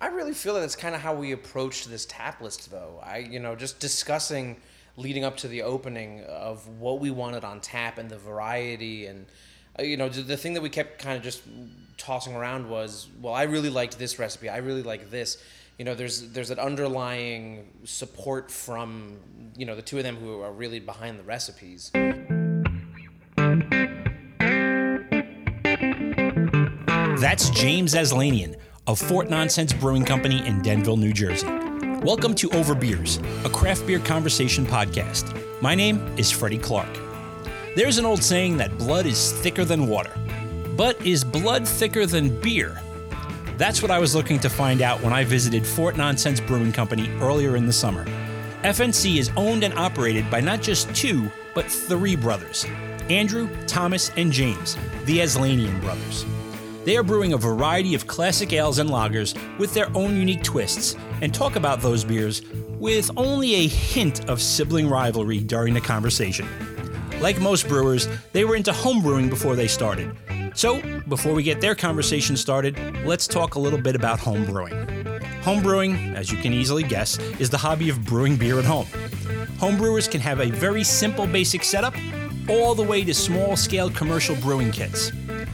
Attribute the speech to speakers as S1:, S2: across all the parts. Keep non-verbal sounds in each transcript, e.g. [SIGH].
S1: I really feel that that's kind of how we approached this tap list, though. I, you know, just discussing leading up to the opening of what we wanted on tap and the variety and uh, you know the the thing that we kept kind of just tossing around was well i really liked this recipe i really like this you know there's there's an underlying support from you know the two of them who are really behind the recipes
S2: That's James Aslanian of Fort Nonsense Brewing Company in Denville, New Jersey. Welcome to Over Beers, a craft beer conversation podcast. My name is Freddie Clark. There's an old saying that blood is thicker than water, but is blood thicker than beer? That's what I was looking to find out when I visited Fort Nonsense Brewing Company earlier in the summer. FNC is owned and operated by not just two, but three brothers Andrew, Thomas, and James, the Aslanian brothers. They are brewing a variety of classic ales and lagers with their own unique twists and talk about those beers with only a hint of sibling rivalry during the conversation. Like most brewers, they were into homebrewing before they started. So, before we get their conversation started, let's talk a little bit about homebrewing. Homebrewing, as you can easily guess, is the hobby of brewing beer at home. Homebrewers can have a very simple basic setup all the way to small scale commercial brewing kits.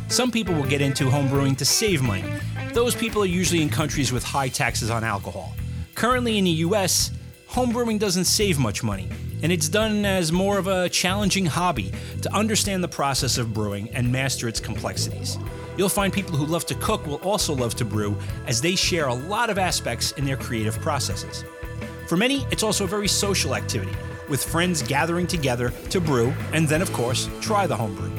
S2: Some people will get into homebrewing to save money. Those people are usually in countries with high taxes on alcohol. Currently in the US, homebrewing doesn't save much money, and it's done as more of a challenging hobby to understand the process of brewing and master its complexities. You'll find people who love to cook will also love to brew, as they share a lot of aspects in their creative processes. For many, it's also a very social activity, with friends gathering together to brew and then, of course, try the homebrew.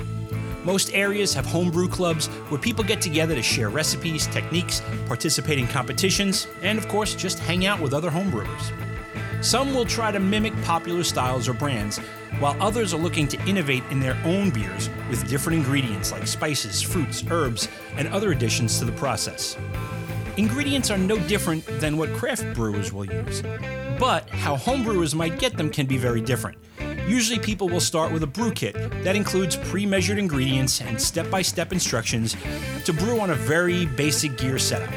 S2: Most areas have homebrew clubs where people get together to share recipes, techniques, participate in competitions, and, of course, just hang out with other homebrewers. Some will try to mimic popular styles or brands, while others are looking to innovate in their own beers with different ingredients like spices, fruits, herbs, and other additions to the process. Ingredients are no different than what craft brewers will use, but how homebrewers might get them can be very different. Usually, people will start with a brew kit that includes pre measured ingredients and step by step instructions to brew on a very basic gear setup.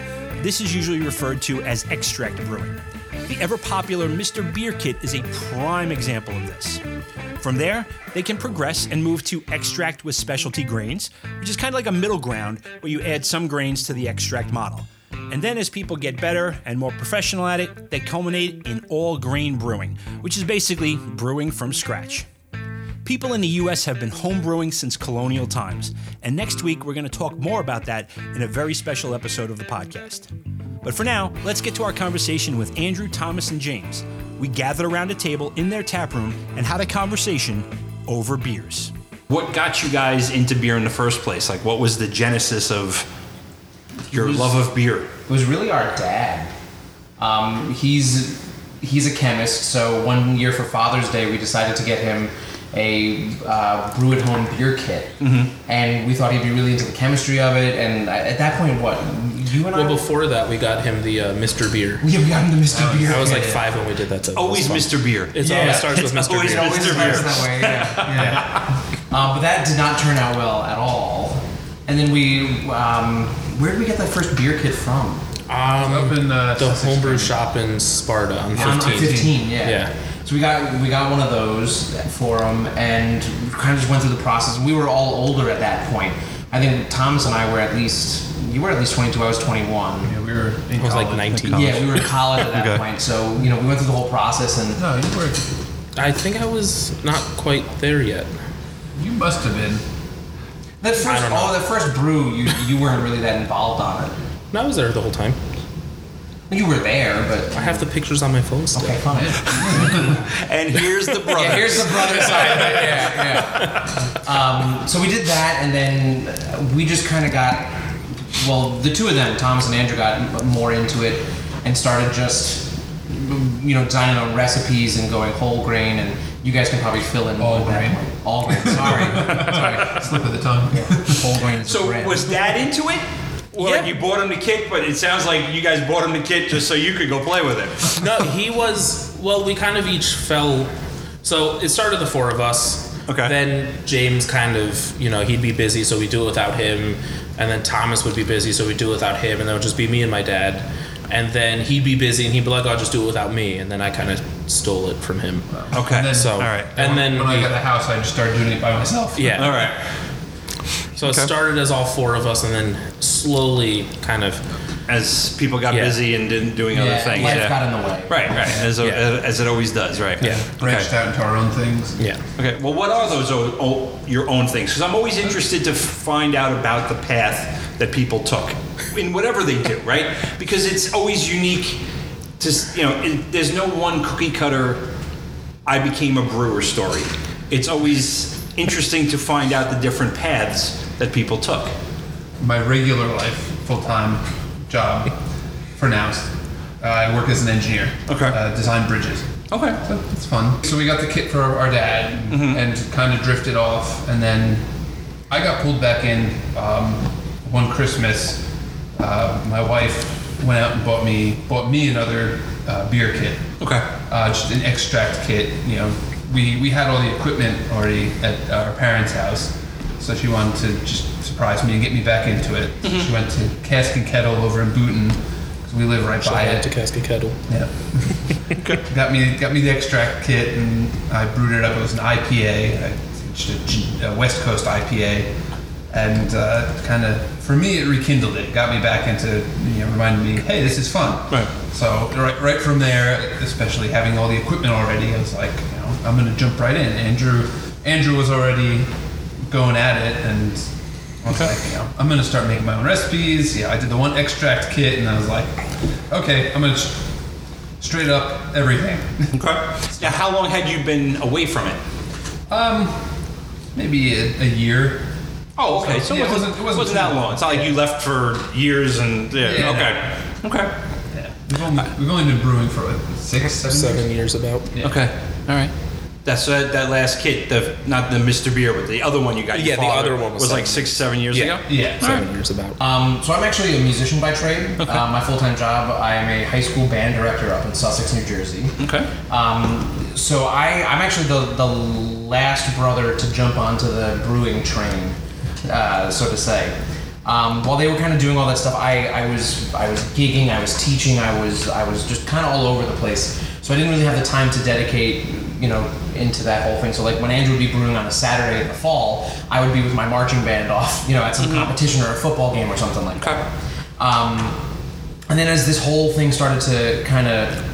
S2: This is usually referred to as extract brewing. The ever popular Mr. Beer Kit is a prime example of this. From there, they can progress and move to extract with specialty grains, which is kind of like a middle ground where you add some grains to the extract model. And then, as people get better and more professional at it, they culminate in all grain brewing, which is basically brewing from scratch. People in the US have been homebrewing since colonial times, and next week we're going to talk more about that in a very special episode of the podcast. But for now, let's get to our conversation with Andrew, Thomas, and James. We gathered around a table in their tap room and had a conversation over beers. What got you guys into beer in the first place? Like, what was the genesis of your love of beer?
S3: It was really our dad. Um, he's he's a chemist, so one year for Father's Day, we decided to get him a uh, brew at home beer kit,
S4: Mm-hmm.
S3: and we thought he'd be really into the chemistry of it. And I, at that point, what you and I,
S4: Well, before that, we got him the uh, Mr. Beer.
S3: we have gotten the Mr. Beer.
S4: I was like
S3: kit.
S4: five when we did that. So
S2: Always
S4: that was fun.
S2: Mr. Beer.
S4: It's
S3: Yeah.
S4: always starts
S2: [LAUGHS]
S4: with
S2: It's
S4: Mr.
S2: always
S4: Beer.
S3: It always
S2: Mr.
S3: starts
S2: Beer.
S3: that way,
S4: [LAUGHS]
S3: yeah, yeah. Uh, but that did not turn out well at all. And then we, um, where did we get that first beer kit from?
S4: Um,
S5: Up in, uh,
S4: the
S5: Sussex
S4: homebrew
S5: County.
S4: shop in Sparta. I'm 15.
S3: On- on 15, Um, yeah.
S4: Yeah.
S3: So we got we got one of those for him, and kind of just went through the process. We were all older at that point. I think Thomas and I were at least you were at least 22. I was 21.
S5: Yeah, we were. In
S4: I was
S3: Oh,
S4: like
S5: college.
S4: 19.
S3: Yeah, we were in college
S4: [LAUGHS]
S3: at that
S2: Okay.
S3: point. So you know we went through the whole process, and
S5: No, you were.
S4: I think I was not quite there yet.
S5: You must have been.
S3: that first
S4: don't know.
S3: oh that first brew you you weren't really that involved on it.
S4: No, I was there the whole time.
S3: You were there, but
S4: I have the pictures on my phone still.
S3: okay, fine.
S2: And here's the [LAUGHS] brother.
S3: Yeah, here's the brother side. of it, Yeah, yeah. Um, so we did that, and then we just kind of got, well, the two of them, Thomas and Andrew, got more into it and started just, you know, designing on recipes and going whole grain. And you guys can probably fill in
S5: All
S3: with that
S5: grain.
S3: one. All grain. Sorry, sorry.
S5: Slip of
S4: [LAUGHS]
S5: the tongue.
S3: Whole grain. Is
S2: So
S3: bread.
S2: was Dad into it? Well,
S4: Yeah.
S2: you bought him the kit, but it sounds like you guys bought him the kit just so you could go play with it.
S4: No, he was. Well, we kind of each fell. So it started the four of us.
S2: Okay.
S4: Then James kind of, you know, he'd be busy, so we do it without him. And then Thomas would be busy, so we do it without him. And then it would just be me and my dad. and then he'd be busy and he'd be like, "I'll just do it without me," and then I kind of stole it from him.
S2: Okay.
S5: And then-
S4: So,
S2: all right.
S4: and
S5: when
S4: then
S5: I
S4: we-
S5: got the house, I just started doing it by myself.
S4: yeah,
S2: All right.
S4: so it started as all four of us, and then slowly, kind of,
S2: As people got
S4: Yeah.
S2: busy and didn't doing other
S3: Yeah,
S2: things.
S3: life
S2: yeah.
S3: got in the way.
S2: Right, right. As,
S4: Yeah.
S2: as it always does, right?
S4: Yeah.
S2: Okay.
S5: Branched out into our own things.
S4: yeah.
S2: Okay. Well, what are those o- o- your own things? Because I'm always interested to find out about the path that people took in whatever they do, [LAUGHS] right? Because it's always unique. To s- you know, it, there's no one cookie cutter. I became a brewer story. It's always interesting to find out the different paths that people took.
S5: My regular life, full time job for now, is, uh, I work as an engineer.
S2: Okay.
S5: Uh, design bridges.
S2: Okay.
S5: So it's fun. So we got the kit for our dad and kind of drifted off. And then I got pulled back in um, one Christmas. Uh, my wife went out and bought me bought me another uh, beer kit,
S2: Okay.
S5: uh, just an extract kit. You know, we we had all the equipment already at our parents' house, so she wanted to just surprise me and get me back into it. So She went to Cask and Kettle over in Booton because we live right by it.
S4: Casket Kettle.
S5: Yeah. got me got me the extract kit and I brewed it up. It was an IPA, I- it's a, G- a uh, West Coast IPA, and uh, kind of for me it rekindled it. Got me back into you know reminded me, hey, this is fun.
S2: Right.
S5: So right right from there, especially having all the equipment already, I was like, you know, I'm gonna jump right in. Andrew Andrew was already going at it and. I was like, you know, I'm gonna start making my own recipes. Yeah, I did the one extract kit, and I was like, okay, I'm gonna sh- straight up everything.
S2: Okay. Now, how long had you been away from it?
S5: Um, Maybe a, a year.
S2: Oh, okay. So
S5: Yeah,
S2: it wasn't, it wasn't, that
S5: too
S2: long. It's not like you left for years and yeah.
S5: Yeah,
S2: okay. Okay.
S5: Yeah, we've only, we've only been brewing for what, six, seven,
S4: years
S5: years.
S4: about.
S5: Yeah.
S2: Okay. All right. That's that, that last kit, the not the Mr. Beer, but the other one you got. your
S1: Yeah, the
S2: father,
S1: other one was seven.
S2: like six, seven years
S1: Yeah.
S2: ago.
S5: Yeah.
S4: Seven years about.
S3: Um, so I'm actually a musician by trade. Uh, my full-time job, I am a high school band director up in Sussex, New Jersey.
S2: Okay.
S3: Um, so I, I'm actually the, the last brother to jump onto the brewing train, uh, so to say. Um, while they were kind of doing all that stuff, I, I was I was gigging, I was teaching, I was I was just kind of all over the place. So I didn't really have the time to dedicate, you know, into that whole thing. So like when Andrew would be brewing on a Saturday in the fall, I would be with my marching band off, you know, at some competition or a football game or something like that. Um, and then as this whole thing started to kind of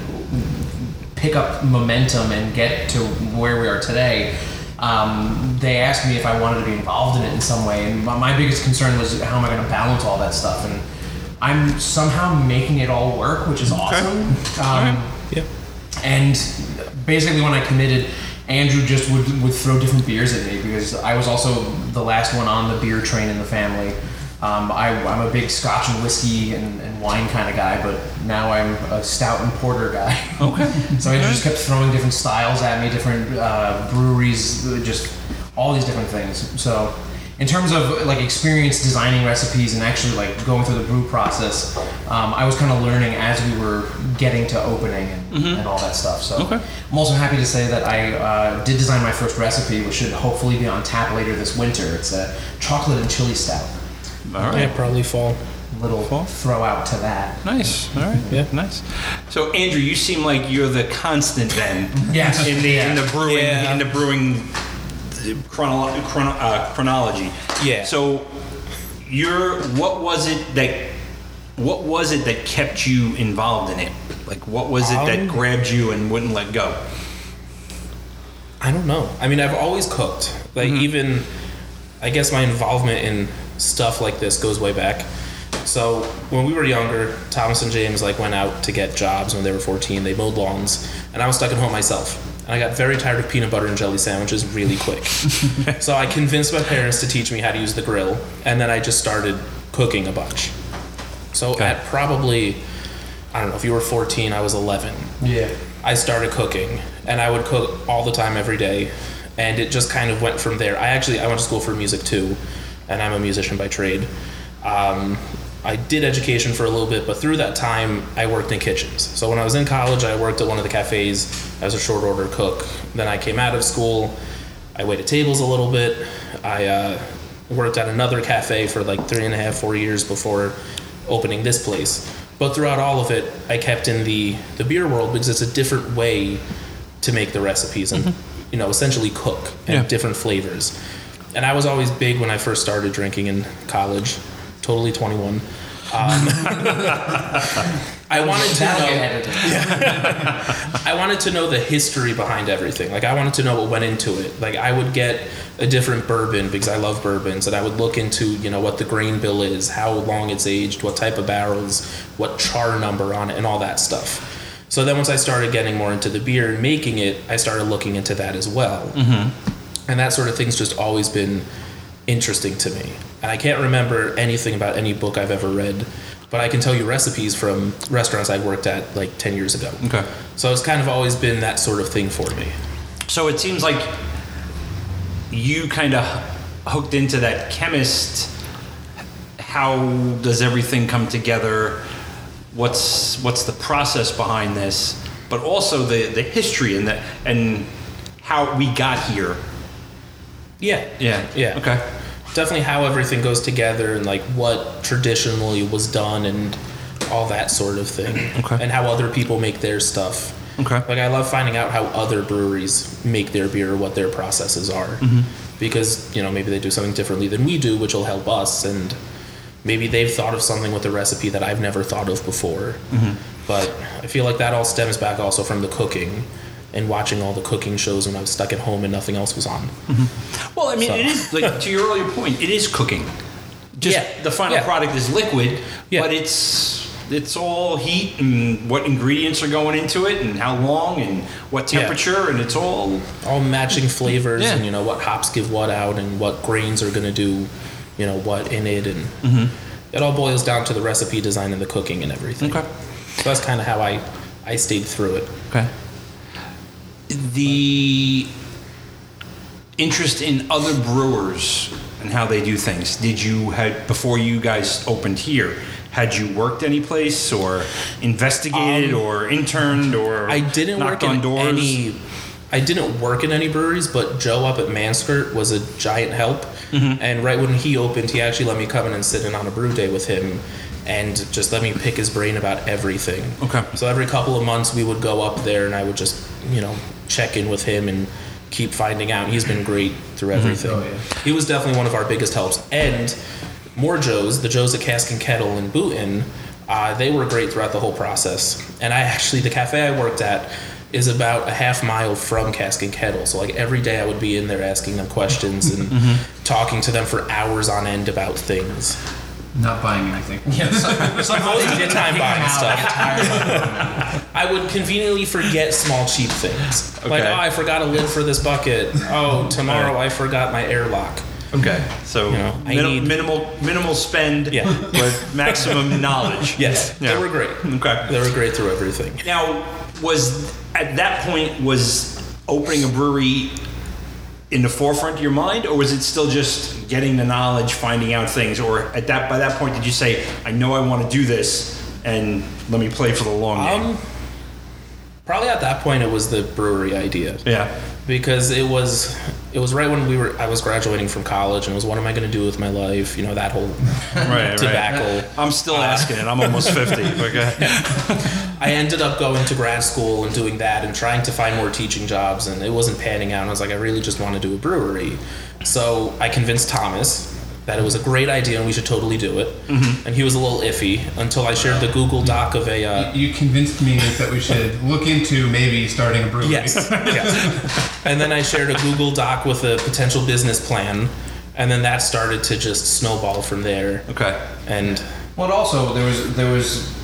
S3: pick up momentum and get to where we are today, um, they asked me if I wanted to be involved in it in some way. And my, my biggest concern was how am I going to balance all that stuff? And I'm somehow making it all work, which is awesome. Um,
S4: Yeah.
S3: and basically, when I committed, Andrew just would, would throw different beers at me because I was also the last one on the beer train in the family. Um, I, I'm a big scotch and whiskey and, and wine kind of guy, but now I'm a stout and porter guy. Okay. [LAUGHS] so Andrew just kept throwing different styles at me, different uh, breweries, uh, just all these different things. So, in terms of like experience designing recipes and actually like going through the brew process, um, I was kind of learning as we were getting to opening and, and all that stuff. So I'm also happy to say that I uh, did design my first recipe, which should hopefully be on tap later this winter. It's a chocolate and chili stout.
S4: Yeah, probably fall.
S3: Little throw out to that.
S2: Nice. All right.
S4: Yeah.
S2: Nice. So Andrew, you seem like you're the constant then.
S3: Yes.
S2: In the in the brewing
S1: Yeah.
S2: in the brewing chronolo- chrono, uh, chronology.
S1: Yeah.
S2: So you're what was it that what was it that kept you involved in it? Like what was it
S1: Um,
S2: that grabbed you and wouldn't let go?
S4: I don't know. I mean, I've always cooked. Like even, I guess my involvement in stuff like this goes way back. So when we were younger, Thomas and James like went out to get jobs when they were 14. They mowed lawns, and I was stuck at home myself. And I got very tired of peanut butter and jelly sandwiches really quick. so I convinced my parents to teach me how to use the grill, and then I just started cooking a bunch. So at probably, I don't know, if you were 14, I was 11.
S3: Yeah.
S4: I started cooking, and I would cook all the time every day, and it just kind of went from there. I actually I went to school for music too, and I'm a musician by trade. Um, I did education for a little bit, but through that time I worked in kitchens. So when I was in college, I worked at one of the cafes as a short order cook. Then I came out of school, I waited tables a little bit. I uh, worked at another cafe for like three and a half, four years before opening this place. But throughout all of it, I kept in the the beer world because it's a different way to make the recipes and you know essentially cook and
S6: Yeah.
S4: different flavors. And I was always big when I first started drinking in college, totally 21. Um, [LAUGHS] I wanted to
S3: That'll
S4: know.
S3: get edited.
S4: I wanted to know the history behind everything. Like I wanted to know what went into it. Like I would get a different bourbon because I love bourbons, and I would look into you know what the grain bill is, how long it's aged, what type of barrels, what char number on it, and all that stuff. So then once I started getting more into the beer and making it, I started looking into that as well, and that sort of thing's just always been interesting to me. And I can't remember anything about any book I've ever read, but I can tell you recipes from restaurants I worked at like ten years ago.
S6: Okay.
S4: So it's kind of always been that sort of thing for me.
S6: So it seems like you kind of hooked into that chemist. How does everything come together? What's what's the process behind this? But also the the history and the and how we got here.
S4: Yeah.
S6: Yeah.
S4: Yeah.
S6: Okay.
S4: Definitely how everything goes together and like what traditionally was done and all that sort of thing.
S6: Okay.
S4: And how other people make their stuff.
S6: Okay.
S4: Like I love finding out how other breweries make their beer, what their processes are.
S6: Mm-hmm.
S4: Because, you know, maybe they do something differently than we do, which will help us and maybe they've thought of something with a recipe that I've never thought of before.
S6: Mm-hmm.
S4: But I feel like that all stems back also from the cooking and watching all the cooking shows when I was stuck at home and nothing else was on.
S6: Well, I mean,
S4: So-
S6: it is like to your earlier point, it is cooking. Just
S4: Yeah.
S6: the final
S4: Yeah.
S6: product is liquid,
S4: Yeah.
S6: but it's it's all heat and what ingredients are going into it and how long and what
S4: Yeah.
S6: temperature and it's all
S4: all matching flavors
S6: Yeah.
S4: and you know what hops give what out and what grains are going to do you know what in it and it all boils down to the recipe design and the cooking and everything
S6: Mm-hmm. Okay.
S4: so that's kind of how i i stayed through it
S6: Okay. The interest in other brewers and how they do things. Did you had before you guys opened here? Had you worked any place or investigated or interned or
S4: Um, i didn't work
S6: knocked
S4: in
S6: on doors?
S4: any i didn't work in any breweries but joe up at manskirt was a giant help
S6: Mm-hmm.
S4: and right when he opened he actually let me come in and sit in on a brew day with him and just let me pick his brain about everything
S6: Okay.
S4: So every couple of months we would go up there and I would just, you know, check in with him and keep finding out. He's been great through everything. He was definitely one of our biggest helps. And more Joes, the Joes at Cask and Kettle and Bootin, uh, they were great throughout the whole process. And I actually, the cafe I worked at is about a half mile from Cask and Kettle. So like every day I would be in there asking them questions and talking to them for hours on end about things.
S5: Not buying anything.
S4: Somehow they did time buying stuff. [LAUGHS] I would conveniently forget small cheap things. Like,
S6: Okay.
S4: oh, I forgot a lid for this bucket. Oh, tomorrow I forgot my airlock.
S6: Okay, so
S4: You know, I
S6: mini-
S4: need-
S6: minimal minimal spend,
S4: Yeah.
S6: but
S4: [LAUGHS]
S6: maximum knowledge.
S4: Yes,
S6: Yeah.
S4: they were great.
S6: Okay.
S4: They were great through everything.
S6: Now, was at that point was opening a brewery in the forefront of your mind, or was it still just getting the knowledge, finding out things, or at that by that point did you say, "I know I want to do this, and let me play for the long game"?
S4: Um, probably at that point it was the brewery idea.
S6: Yeah.
S4: because it was it was right when we were I was graduating from college and it was what am I going to do with my life? You know that whole
S6: Right.
S4: tobacco.
S6: I'm still asking it. I'm [LAUGHS] almost fifty. Okay.
S4: I ended up going to grad school and doing that and trying to find more teaching jobs, and it wasn't panning out. And I was like, I really just want to do a brewery. So I convinced Thomas that it was a great idea and we should totally do it. And he was a little iffy until I shared the Google Doc of a. Uh,
S5: You convinced me that we should look into maybe starting a brewery.
S4: yes, [LAUGHS] yes. And then I shared a Google Doc with a potential business plan, and then that started to just snowball from there.
S6: Okay.
S4: And
S3: Well, and also there was there was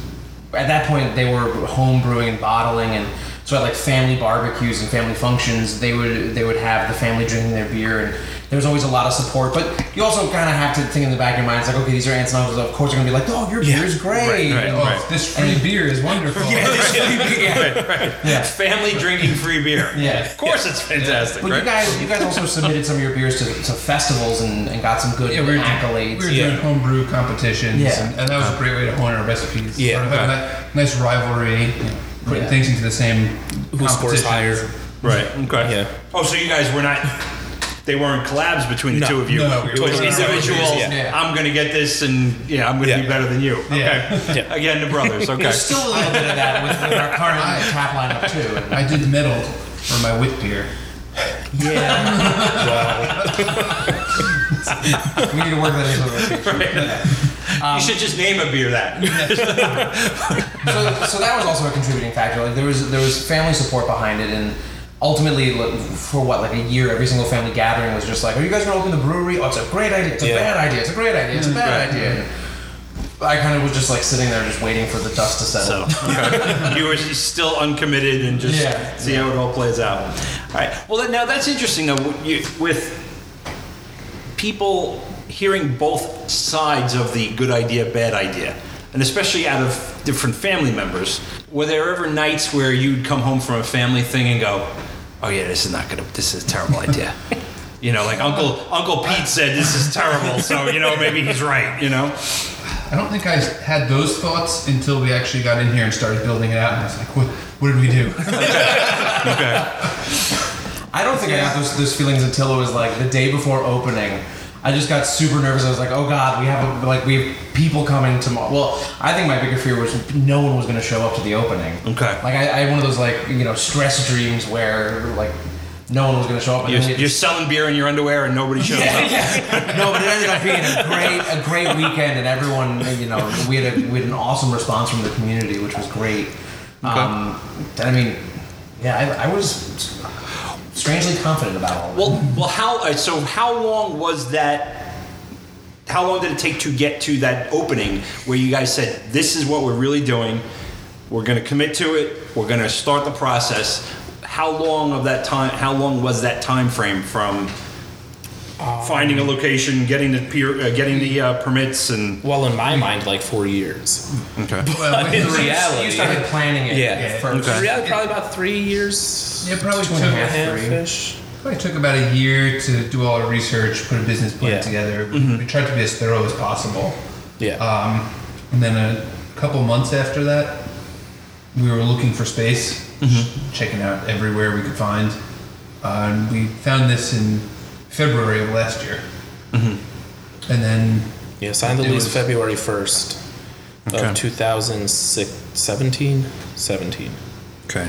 S3: at that point they were home brewing and bottling, and so at like family barbecues and family functions, they would they would have the family drinking their beer, and there was always a lot of support. But you also kind of have to think in the back of your mind, it's like okay, these are aunts and uncles. Of course, they're gonna be like, oh, your beer's great.
S5: Oh,
S3: [LAUGHS]
S5: this free beer is wonderful.
S6: Family drinking free beer.
S3: Yeah.
S6: Of course, it's fantastic.
S3: But
S6: right?
S3: you guys, you guys also submitted some of your beers to, to festivals and, and got some good
S5: Yeah, we were,
S3: accolades.
S5: we were doing homebrew competitions,
S3: Yeah.
S5: and, and that was a great way to hone our recipes.
S4: Yeah.
S5: Sort of having that nice rivalry, you know, putting things into the same
S4: who scores
S5: competitions.
S4: higher?
S6: Right. Okay.
S4: Yeah.
S6: Oh, so you guys were not they weren't collabs between the
S4: No,
S6: two of you.
S5: no,
S6: it
S5: we
S6: was
S5: were-
S6: individual.
S4: Yeah.
S6: I'm going to get this, and yeah, I'm going to
S4: Yeah.
S6: be better than you.
S5: Yeah.
S6: Okay.
S4: Yeah.
S6: Again, the brothers.
S4: [LAUGHS]
S6: Okay.
S3: There's still a little bit of that with, with our
S5: [LAUGHS]
S3: current tap lineup too.
S5: I did metal for my wit beer.
S3: Yeah, we need to work that into the rotation.
S4: Um,
S6: you should just name a beer that.
S3: so, so that was also a contributing factor. Like there was there was family support behind it, and ultimately, like, for what like a year, every single family gathering was just like, "Are you guys gonna open the brewery? Oh, it's a great idea. It's a
S4: Yeah.
S3: bad idea. It's a great idea. It's a bad idea." I kind of was just like sitting there, just waiting for the dust to
S6: So [LAUGHS]
S3: settle.
S6: okay. you were still uncommitted and just
S3: Yeah.
S6: see how it all plays out. All right. Well, then, now that's interesting though. w- You, with people hearing both sides of the good idea, bad idea, and especially out of different family members, were there ever nights where you'd come home from a family thing and go, "Oh yeah, this is not gonna. This is a terrible idea." You know, like Uncle Uncle Pete said, this is terrible. So you know, maybe he's right. You know,
S5: I don't think I had those thoughts until we actually got in here and started building it out. And I was like, what, what did we do?
S3: I don't think I got those, those feelings until it was like the day before opening. I just got super nervous. I was like, "Oh God, we have a, like we have people coming tomorrow." Well, I think my bigger fear was no one was going to show up to the opening.
S6: Okay.
S3: Like I, I had one of those like you know stress dreams where like no one was going to show up. and
S6: you're,
S3: then we-
S6: you're selling beer in your underwear and nobody shows up.
S3: yeah, yeah. No, but it ended up being a great a great weekend, and everyone you know we had a, we had an awesome response from the community, which was great. Um, I mean, yeah, I, I was strangely confident about all of it.
S6: Well, well, how uh, so? How long was that? How long did it take to get to that opening where you guys said, "This is what we're really doing. We're going to commit to it. We're going to start the process." How long of that time? How long was that time frame from
S4: Um,
S6: finding a location, getting the peer, uh, getting the uh, permits, and
S4: Well, in my mind, like four years.
S6: okay.
S5: Well, [LAUGHS]
S4: In
S5: we-
S4: reality,
S3: You started planning it
S4: Yeah.
S3: first.
S4: in reality, probably about three years.
S5: It probably
S3: and a
S5: took-
S3: half,
S4: half-ish.
S5: Probably took about a year to do all the research, put a business plan
S4: Yeah.
S5: together. We, we tried to be as thorough as possible.
S4: Yeah.
S5: Um, and then a couple months after that, we were looking for space, checking out everywhere we could find. Uh, and we found this in February of last year. And then,
S4: yeah, signed the
S5: It
S4: lease
S5: was-
S4: February 1st
S6: Okay.
S4: of 2006, 17? 17.
S6: Okay.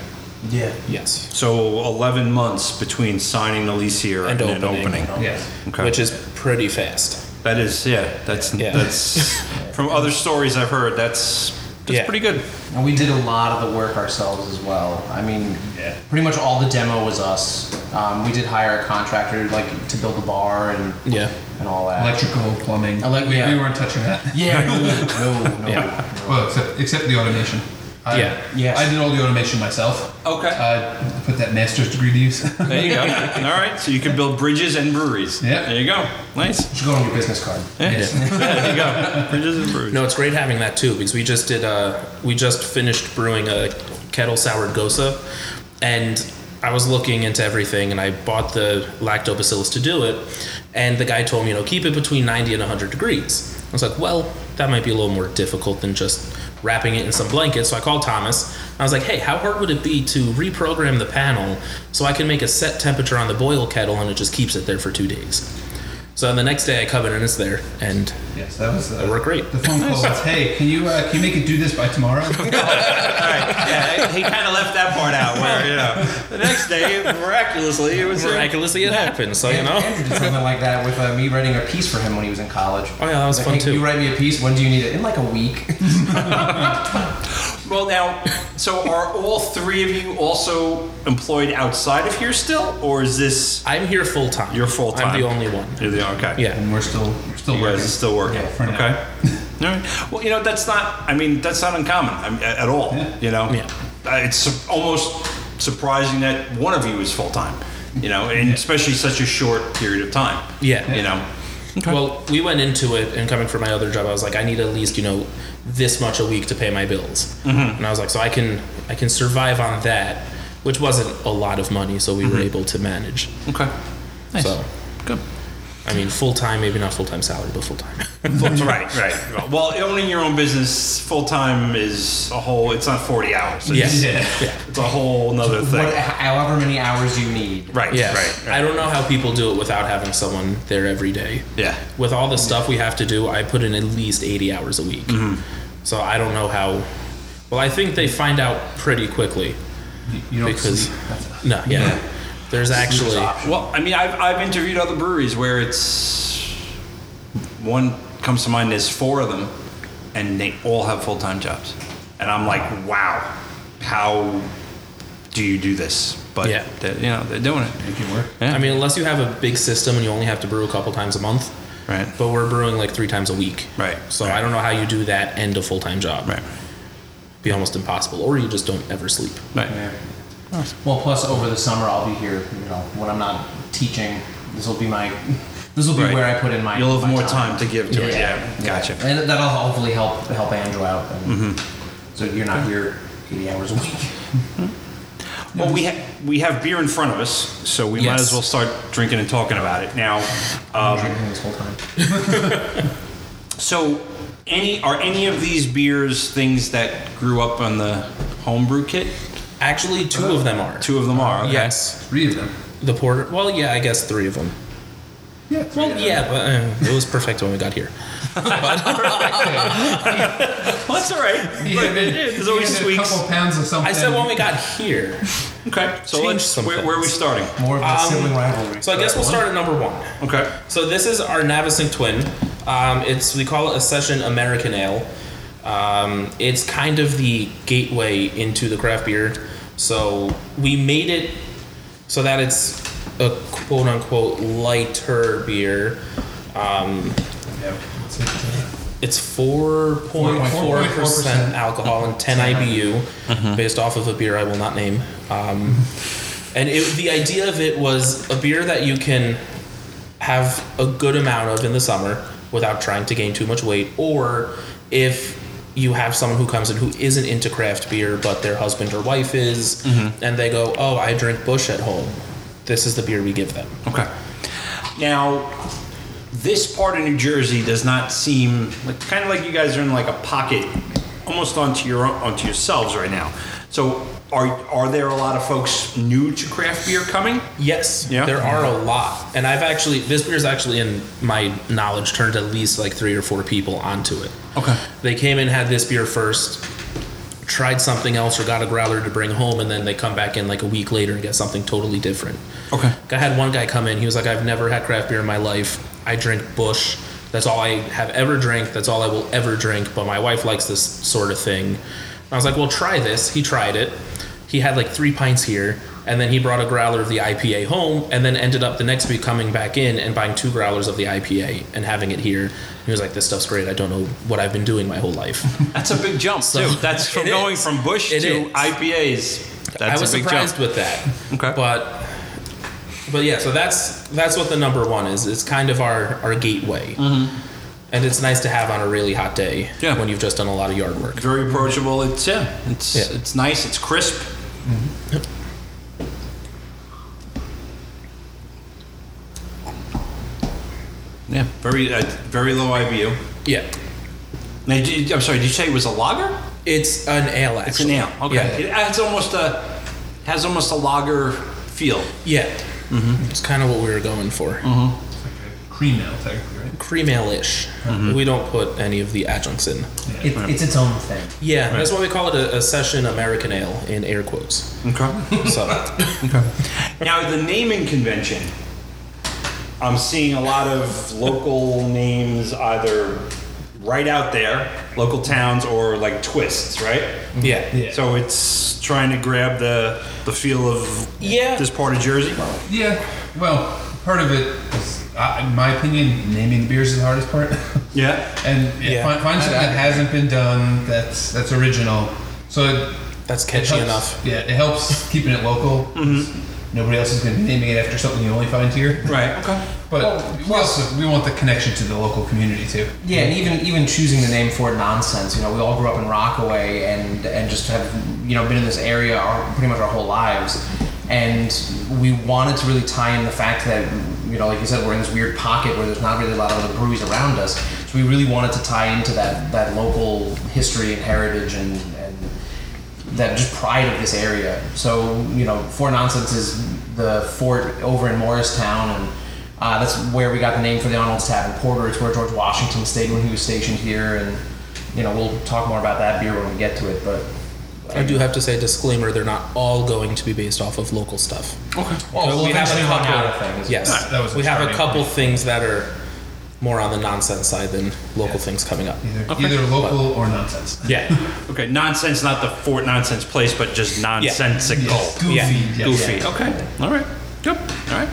S3: Yeah.
S4: Yes.
S6: So eleven months between signing the lease here and,
S4: And
S6: an
S4: opening.
S6: opening.
S5: yes.
S6: Okay.
S4: Which is pretty fast.
S6: That is, yeah. That's
S4: Yeah.
S6: that's from other stories I've heard. That's that's
S4: Yeah.
S6: pretty good.
S3: And we did a lot of the work ourselves as well. I mean,
S5: Yeah.
S3: pretty much all the demo was us. Um, we did hire a contractor like to build the bar and
S4: Yeah.
S3: and all that.
S5: Electrical, plumbing.
S3: Elec-
S5: we,
S3: yeah.
S5: we weren't touching that.
S4: [LAUGHS]
S3: yeah. No. No. no.
S4: Yeah.
S5: Well, except, except the automation. I,
S4: Yeah.
S3: Yes.
S5: I did all the automation myself.
S6: Okay.
S5: Uh, put that master's degree to use.
S6: There you go. All right, so you can build bridges and breweries.
S5: Yeah.
S6: There you go. Nice.
S3: You should go on your business card.
S6: There you go. Bridges and breweries.
S4: No, it's great having that too because we just did. Uh, we just finished brewing a kettle sour gosa, and I was looking into everything, and I bought the lactobacillus to do it, and the guy told me, you know, keep it between ninety and hundred degrees. I was like, well, that might be a little more difficult than just wrapping it in some blankets. So I called Thomas. I was like, hey, how hard would it be to reprogram the panel so I can make a set temperature on the boil kettle and it just keeps it there for two days? So the next day I come in and it's there, and
S5: yes, that was. Uh,
S4: it worked great.
S5: The phone call was, "Hey, can you uh, can you make it do this by tomorrow?"
S6: All right. Yeah, he kind of left that part out. Where you know, the next day, miraculously, it was
S4: miraculously it happened. So you know,
S3: Andrew did something like that with uh, me writing a piece for him when he was in college.
S4: Oh, yeah, that was
S3: Like,
S4: fun,
S3: hey,
S4: too.
S3: You write me a piece. When do you need it? In like a week.
S4: [LAUGHS]
S6: Well, now, so are all three of you also employed outside of here still, or is this
S4: I'm here full time.
S6: your full time?
S4: I'm the only one.
S6: You're the okay.
S4: Yeah,
S5: and we're still we're still
S6: You
S5: working.
S6: guys are still working.
S5: Yeah, for now.
S6: okay. All right. Well, you know that's not. I mean, that's not uncommon I mean, a- at all.
S5: Yeah.
S6: You know,
S4: Yeah.
S6: Uh, it's su- almost surprising that one of you is full time. You know, and especially such a short period of time.
S4: Yeah.
S6: You know.
S4: Well, we went into it, and coming from my other job, I was like, I need at least you know this much a week to pay my bills,
S6: Mm-hmm.
S4: and I was like, so I can I can survive on that, which wasn't a lot of money, so we were able to manage.
S6: Okay. Mm-hmm. Nice.
S4: So
S6: Good.
S4: I mean, full time, maybe not full time salary, but full [LAUGHS] time.
S6: right, right. Well, owning your own business full time is a whole. It's not forty hours. It's,
S4: Yes.
S6: it's a whole another thing.
S3: What, however many hours you need.
S6: [LAUGHS] right,
S4: Yeah.
S6: right, right.
S4: I don't know how people do it without having someone there every day.
S6: Yeah.
S4: With all the stuff we have to do, I put in at least 80 hours a week. So I don't know how. Well, I think they find out pretty quickly
S5: You don't [LAUGHS]
S4: because.
S5: sleep.
S4: No, yeah. There's actually.
S6: Well, I mean, I've, I've interviewed other breweries where it's one comes to mind. There's four of them, and they all have full time jobs, and I'm like, wow, how do you do this? But
S4: Yeah.
S6: they- you know, they're doing it.
S5: Making work.
S6: Yeah.
S4: I mean, unless you have a big system and you only have to brew a couple times a month.
S6: Right.
S4: But we're brewing like three times a week.
S6: Right.
S4: So
S6: Right.
S4: I don't know how you do that and a full time job.
S6: Right.
S4: Be almost impossible. Or you just don't ever sleep.
S6: Right.
S3: Well, plus over the summer I'll be here. You know, when I'm not teaching, this will be my. [LAUGHS] This will be
S6: Right.
S3: where I put in my.
S6: You'll have
S3: my
S6: more time to give to it. Yeah. Gotcha.
S3: And that'll hopefully help help Andrew out. And
S6: Mm-hmm.
S3: So you're not here 80 hours a week.
S6: Well, we have we have beer in front of us, so we might
S4: Yes.
S6: as well start drinking and talking about it now. Um,
S3: drinking this whole time.
S6: so, any are any of these beers things that grew up on the homebrew kit?
S4: Actually, two of them are.
S6: Two of them are. okay.
S4: Yes.
S5: Three of them.
S4: The porter. Well, yeah, I guess three of them.
S5: Yeah.
S4: Well, yeah, but uh, it was perfect when we got here.
S6: Well, that's all right. But There's always
S5: a
S6: tweaks.
S5: couple pounds of something.
S4: I said when we got [LAUGHS] here.
S6: Okay, so
S4: Change
S6: let's,
S4: some
S6: where, where are we starting?
S3: More of a
S4: Um,
S3: sibling rivalry.
S4: So I guess we'll start at number one.
S6: Okay.
S4: So this is our Navasink twin. Um, it's we call it a session American Ale. Um, it's kind of the gateway into the craft beer. So we made it so that it's a quote unquote lighter beer. Um,
S5: Yeah. Let's hit the-
S4: it's four point four
S5: 4.4%.
S4: percent alcohol and ten IBU, based off of a beer I will not name. Um, and it, the idea of it was a beer that you can have a good amount of in the summer without trying to gain too much weight, or if you have someone who comes in who isn't into craft beer but their husband or wife is, and they go, "Oh, I drink Bush at home." This is the beer we give them.
S6: Okay. Now, this part of New Jersey does not seem like kind of like you guys are in like a pocket, almost onto your own, onto yourselves right now. So, are are there a lot of folks new to craft beer coming?
S4: Yes,
S6: Yeah.
S4: there are a lot, and I've actually this beer's actually in my knowledge turned at least like three or four people onto it.
S6: Okay.
S4: They came in had this beer first, tried something else or got a growler to bring home, and then they come back in like a week later and get something totally different.
S6: Okay.
S4: I had one guy come in. He was like, "I've never had craft beer in my life. I drink Bush. That's all I have ever drank. That's all I will ever drink. But my wife likes this sort of thing." I was like, "Well, try this." He tried it. He had like three pints here, and then he brought a growler of the IPA home, and then ended up the next week coming back in and buying two growlers of the IPA and having it here. He was like, "This stuff's great. I don't know what I've been doing my whole life."
S6: That's a big jump
S4: So-
S6: too. That's from
S4: It
S6: going
S4: is.
S6: from bush
S4: It
S6: to
S4: is.
S6: IPAs. That's
S4: I was
S6: a big
S4: surprised
S6: jump.
S4: with that.
S6: Okay.
S4: But but yeah, so that's that's what the number one is. It's kind of our our gateway, and it's nice to have on a really hot day
S6: Mm-hmm. Yeah.
S4: when you've just done a lot of yard work.
S6: Very approachable. It's yeah. It's
S4: Yeah.
S6: it's nice. It's crisp. Yeah. Very uh, very low IBU.
S4: Yeah,
S6: Now, did you- I'm sorry. Did you say it was a lager?
S4: it's an ale. Actually.
S6: It's an ale. Okay.
S4: Yeah.
S6: It has almost a has almost a lager feel.
S4: Yeah.
S6: Mm-hmm.
S4: It's kind of what we were going for.
S5: Cream ale, technically, right?
S4: Cream ale ish.
S6: Mm-hmm.
S4: We don't put any of the adjuncts in.
S3: It, it's its own thing.
S4: Yeah, that's why we call it a, a session American ale in air quotes.
S6: Okay.
S3: [LAUGHS]
S4: So
S6: Now, the naming convention, I'm seeing a lot of local names either right out there, local towns, or like twists, right?
S4: yeah.
S6: So it's trying to grab the the feel of
S4: Yeah.
S6: this part of Jersey.
S5: Yeah. Well, part of it is, I in my opinion, naming the beers is the hardest part. [LAUGHS]
S6: Yeah.
S5: and yeah.
S4: Yeah.
S5: find, find something that hasn't been done that's that's original. So it,
S4: That's
S5: it
S4: catchy
S5: helps,
S4: enough.
S5: Yeah, it
S4: [LAUGHS]
S5: helps keeping it local. Nobody else is going to be naming it after something you only find here.
S6: Right. Okay.
S5: But
S3: Well,
S5: we also we want the connection to the local community too.
S3: Yeah, and even even choosing the name for it nonsense. You know, we all grew up in Rockaway and and just have you know been in this area our, pretty much our whole lives, and we wanted to really tie in the fact that you know, like you said, we're in this weird pocket where there's not really a lot of other breweries around us. So we really wanted to tie into that that local history and heritage and, and that just pride of this area. So you know, Fort Nonsense is the fort over in Morristown, and uh, that's where we got the name for the Arnold's Tavern Porter. It's where George Washington stayed when he was stationed here, and you know, we'll talk more about that beer when we get to it, but.
S4: I do have to say disclaimer: they're not all going to be based off of local stuff.
S5: Okay.
S4: But
S3: we'll
S4: we have a
S3: eventually run
S4: couple.
S3: out of things.
S4: Yes,
S5: That was a
S4: we have a
S5: charming
S4: couple things that are more on the nonsense side than local things coming
S5: [LAUGHS]
S4: up.
S5: Either,
S6: Okay.
S5: either local or nonsense.
S4: Yeah,
S6: Okay, nonsense, not the Fort Nonsense place, but just nonsensical.
S5: Yes. Goofy.
S4: Yeah.
S5: yes.
S6: Goofy. Okay, all right. Good. All right.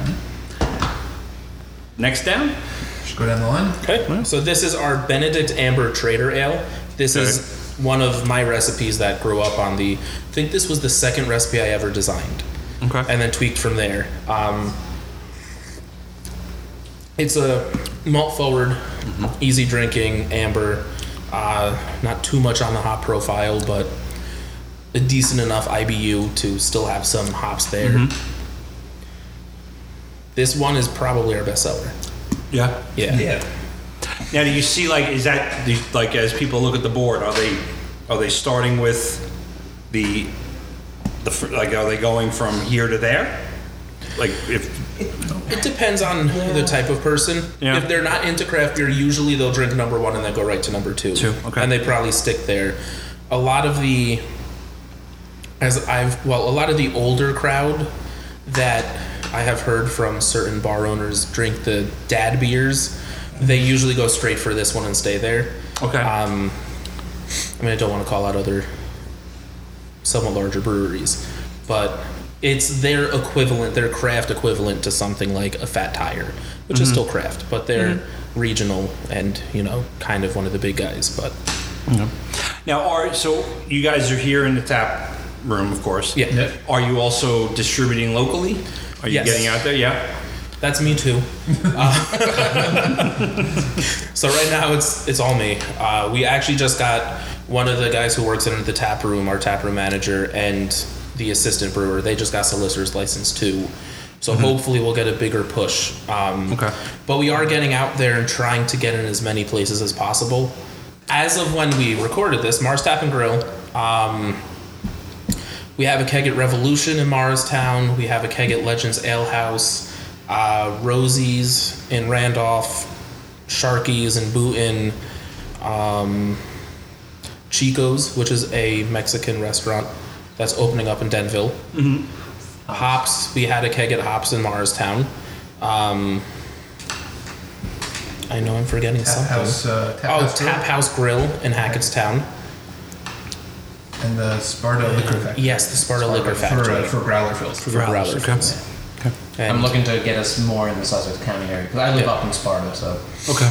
S6: Next down?
S5: Just go down the line.
S4: Okay. So this is our Benedict Amber Trader Ale. This is one of my recipes that grew up on the. I think this was the second recipe I ever designed,
S6: Okay.
S4: and then tweaked from there. Um, it's a malt forward, easy drinking amber. Uh, not too much on the hop profile, but a decent enough IBU to still have some hops there. This one is probably our best seller.
S6: yeah.
S5: Yeah.
S6: Now, do you see like is that the- like as people look at the board, are they are they starting with the the fr- like are they going from here to there? Like if
S4: It depends on the type of person.
S6: Yeah.
S4: If they're not into craft beer, usually they'll drink number one and then go right to number two.
S6: Two, okay.
S4: And they probably stick there. A lot of the, as I've, well, a lot of the older crowd that I have heard from certain bar owners drink the dad beers, they usually go straight for this one and stay there.
S6: okay,
S4: Um, I mean, I don't want to call out other somewhat larger breweries, but it's their equivalent, their craft equivalent to something like a Fat Tire, which is still craft, but they're regional and you know kind of one of the big guys. But
S6: now are so you guys are here in the tap room, of course.
S4: Yeah. Yeah.
S6: Are you also distributing locally? Are you
S4: Yes.
S6: getting out there? Yeah.
S4: that's me too. Uh, [LAUGHS] so right now it's it's all me. Uh, we actually just got one of the guys who works in the tap room, our tap room manager, and the assistant brewer. They just got solicitor's license too. So hopefully we'll get a bigger push. Um,
S6: Okay.
S4: But we are getting out there and trying to get in as many places as possible. As of when we recorded this, Mars Tap and Grill. Um, we have a keg at Revolution in Morristown. We have a keg at Legends Ale House, uh, Rosie's in Randolph, Sharky's in Booton, um, Chico's, which is a Mexican restaurant that's opening up in Denville. Mm-hmm. Hops, we had a keg at Hops in Morristown. Um, I know I'm forgetting
S5: Tap
S4: something.
S5: house. Uh, tap
S4: oh,
S5: house Grill
S4: Tap House Grill in Hackettstown.
S5: and the Sparta Liquor Factory.
S4: Yes, the Sparta, Liquor
S5: For,
S4: Factory.
S5: uh, for growler fills.
S4: for growlers. And
S3: I'm looking to get us more in the Sussex County area because I live
S4: Yeah.
S3: up in Sparta, so
S6: Okay.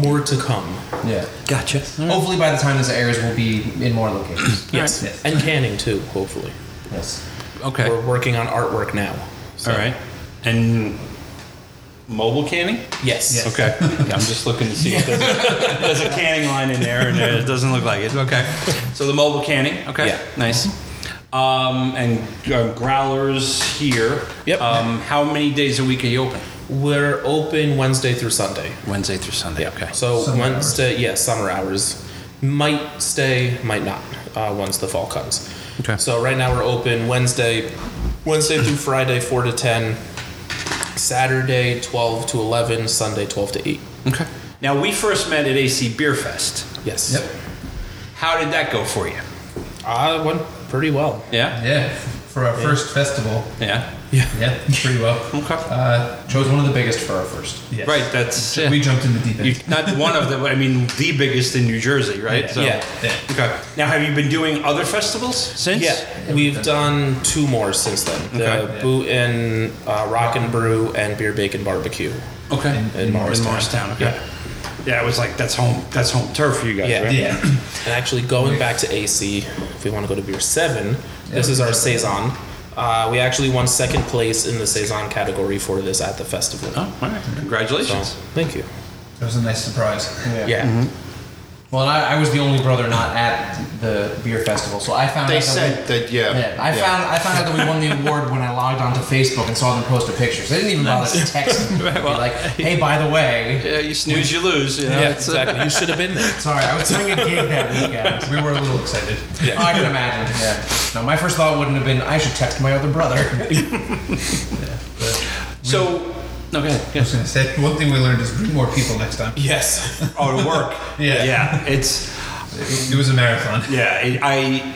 S4: more to come.
S3: yeah.
S6: Gotcha.
S3: Hopefully, by the time this airs, we'll be in more locations.
S4: Yes.
S5: Yes.
S4: And canning too, hopefully.
S3: yes.
S6: Okay.
S4: We're working on artwork now. So-
S6: All right. And mobile canning?
S4: Yes.
S5: Yes.
S6: Okay. [LAUGHS] I'm just looking to see if there's a, there's a canning line in there, and it doesn't look like it. Okay. So the mobile canning. Okay.
S4: Yeah.
S6: Nice. Um, and uh, growlers here.
S4: Yep.
S6: Um, how many days a week are you open?
S4: We're open Wednesday through Sunday.
S6: Wednesday through Sunday. Okay.
S4: So
S5: Summer
S4: Wednesday, yeah, summer hours. Might stay, might not, uh, once the fall comes.
S6: Okay.
S4: So right now we're open Wednesday, Wednesday through Friday, 4 to 10. Saturday, 12 to 11. Sunday, 12 to 8.
S6: Okay. Now we first met at AC Beer Fest.
S4: Yes.
S5: Yep.
S6: How did that go for you?
S4: Uh, went pretty well.
S6: Yeah.
S5: Yeah. For our first festival.
S6: Yeah.
S5: Yeah. Pretty well.
S6: Okay.
S5: Uh,
S3: Chose one of the biggest for our first.
S5: yes.
S6: Right. That's
S5: We jumped in the deep end.
S6: you, not one of the. I mean, the biggest in New Jersey, right? So,
S4: Yeah.
S5: Yeah.
S6: Okay. Now, have you been doing other festivals since?
S4: Yeah, we've done two more since then. The
S6: Okay.
S4: Boot and uh, Rock and Brew and Beer Bacon Barbecue
S6: Okay.
S4: in
S6: in
S4: Morristown.
S6: Morristown. Okay. Yeah, it was like that's home. That's home turf for you guys,
S4: Yeah.
S6: right?
S5: Yeah.
S4: And actually, going back to AC, if we want to go to Beer 7, this
S5: Yeah.
S4: is our Saison. Uh, we actually won second place in the Saison category for this at the festival.
S6: Oh, all right.
S4: So,
S6: Congratulations.
S4: thank you.
S6: Mm-hmm.
S5: It was a nice surprise.
S4: Yeah.
S3: Well, and I, I was the only brother not at the beer festival, so I found
S7: They
S3: out that we-
S7: said that, yeah.
S3: Yeah, I found I found out that we
S7: [LAUGHS]
S3: won the award when I logged onto Facebook and saw them post a picture. So they didn't even bother to text
S7: [LAUGHS]
S3: me. Be like, hey, by the way,
S6: Yeah, you snooze, you lose. You know?
S4: Yeah,
S6: It's, uh,
S4: exactly. You should have been there.
S3: sorry, I was doing a gig that weekend. Oh,
S5: We were a little excited.
S3: I can imagine. Yeah. No, my first thought wouldn't have been I should text my other
S7: [LAUGHS]
S3: brother.
S6: so, no, go ahead.
S5: I was gonna say one thing we learned is bring more people next time.
S4: Yes. [LAUGHS]
S6: Oh, to work.
S5: Yeah.
S6: [LAUGHS] Yeah. It's,
S5: It was a marathon.
S6: yeah, it, I,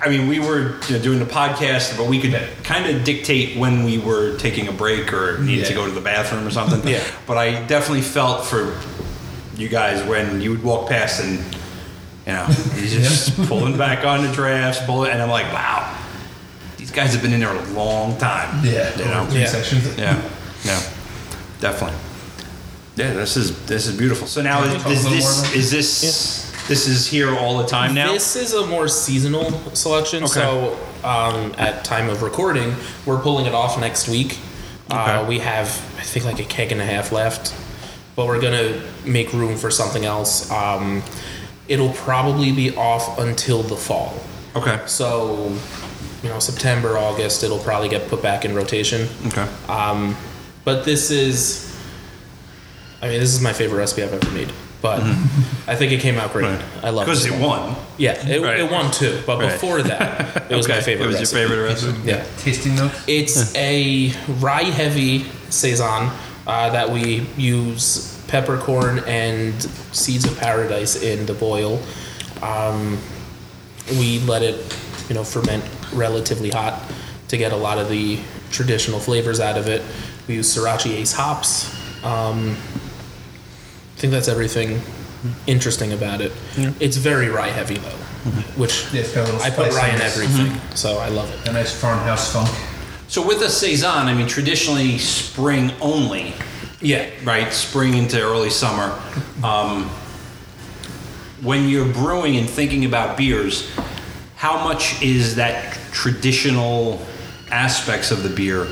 S6: I mean, we were you know, doing the podcast, but we could kind of dictate when we were taking a break or needed to
S5: Yeah.
S6: go to the bathroom or something.
S4: Yeah.
S6: But I definitely felt for you guys when you would walk past and, you know,
S5: [LAUGHS]
S6: you just pulling back on the drafts, pulling, and I'm like, wow, these guys have been in there a long time.
S5: Yeah.
S6: You know?
S5: Three
S4: Yeah.
S5: sections.
S6: Yeah, yeah, definitely. Yeah, this is this is beautiful. So now is,
S5: Talk a
S6: is
S5: little more
S6: this
S5: about
S6: is this this is here all the time now?
S4: This is a more seasonal selection. So, um, at time of recording, we're pulling it off next week. Uh,
S6: Okay.
S4: we have, I think, like a keg and a half left, but we're gonna make room for something else. Um, it'll probably be off until the fall.
S6: Okay.
S4: So, you know, September, August, it'll probably get put back in rotation.
S6: Okay.
S4: Um, but this is, I mean, this is my favorite recipe I've ever made. But I think it came out great. I love
S6: Because
S4: it.
S6: Mm-hmm. it won.
S4: Yeah, it,
S6: Right.
S4: it won two, but
S6: Right.
S4: before that, it was my favorite.
S6: It was
S4: recipe.
S6: your favorite recipe.
S4: Yeah,
S5: Tasting notes.
S4: it's a rye heavy saison uh, that we use peppercorn and seeds of paradise in the boil. Um, we let it, you know, ferment relatively hot to get a lot of the traditional flavors out of it. We use sriracha ace hops. Um, I think that's everything interesting about it. It's very rye heavy though, which
S5: Yeah, it's got a little
S4: I put
S5: spice
S4: rye
S5: in
S4: in
S5: it.
S4: everything, so I love it.
S5: A nice farmhouse funk.
S6: So with a saison, I mean, traditionally spring only,
S4: Yeah,
S6: right? Spring into early summer. Um, when you're brewing and thinking about beers, how much is that traditional aspects of the beer?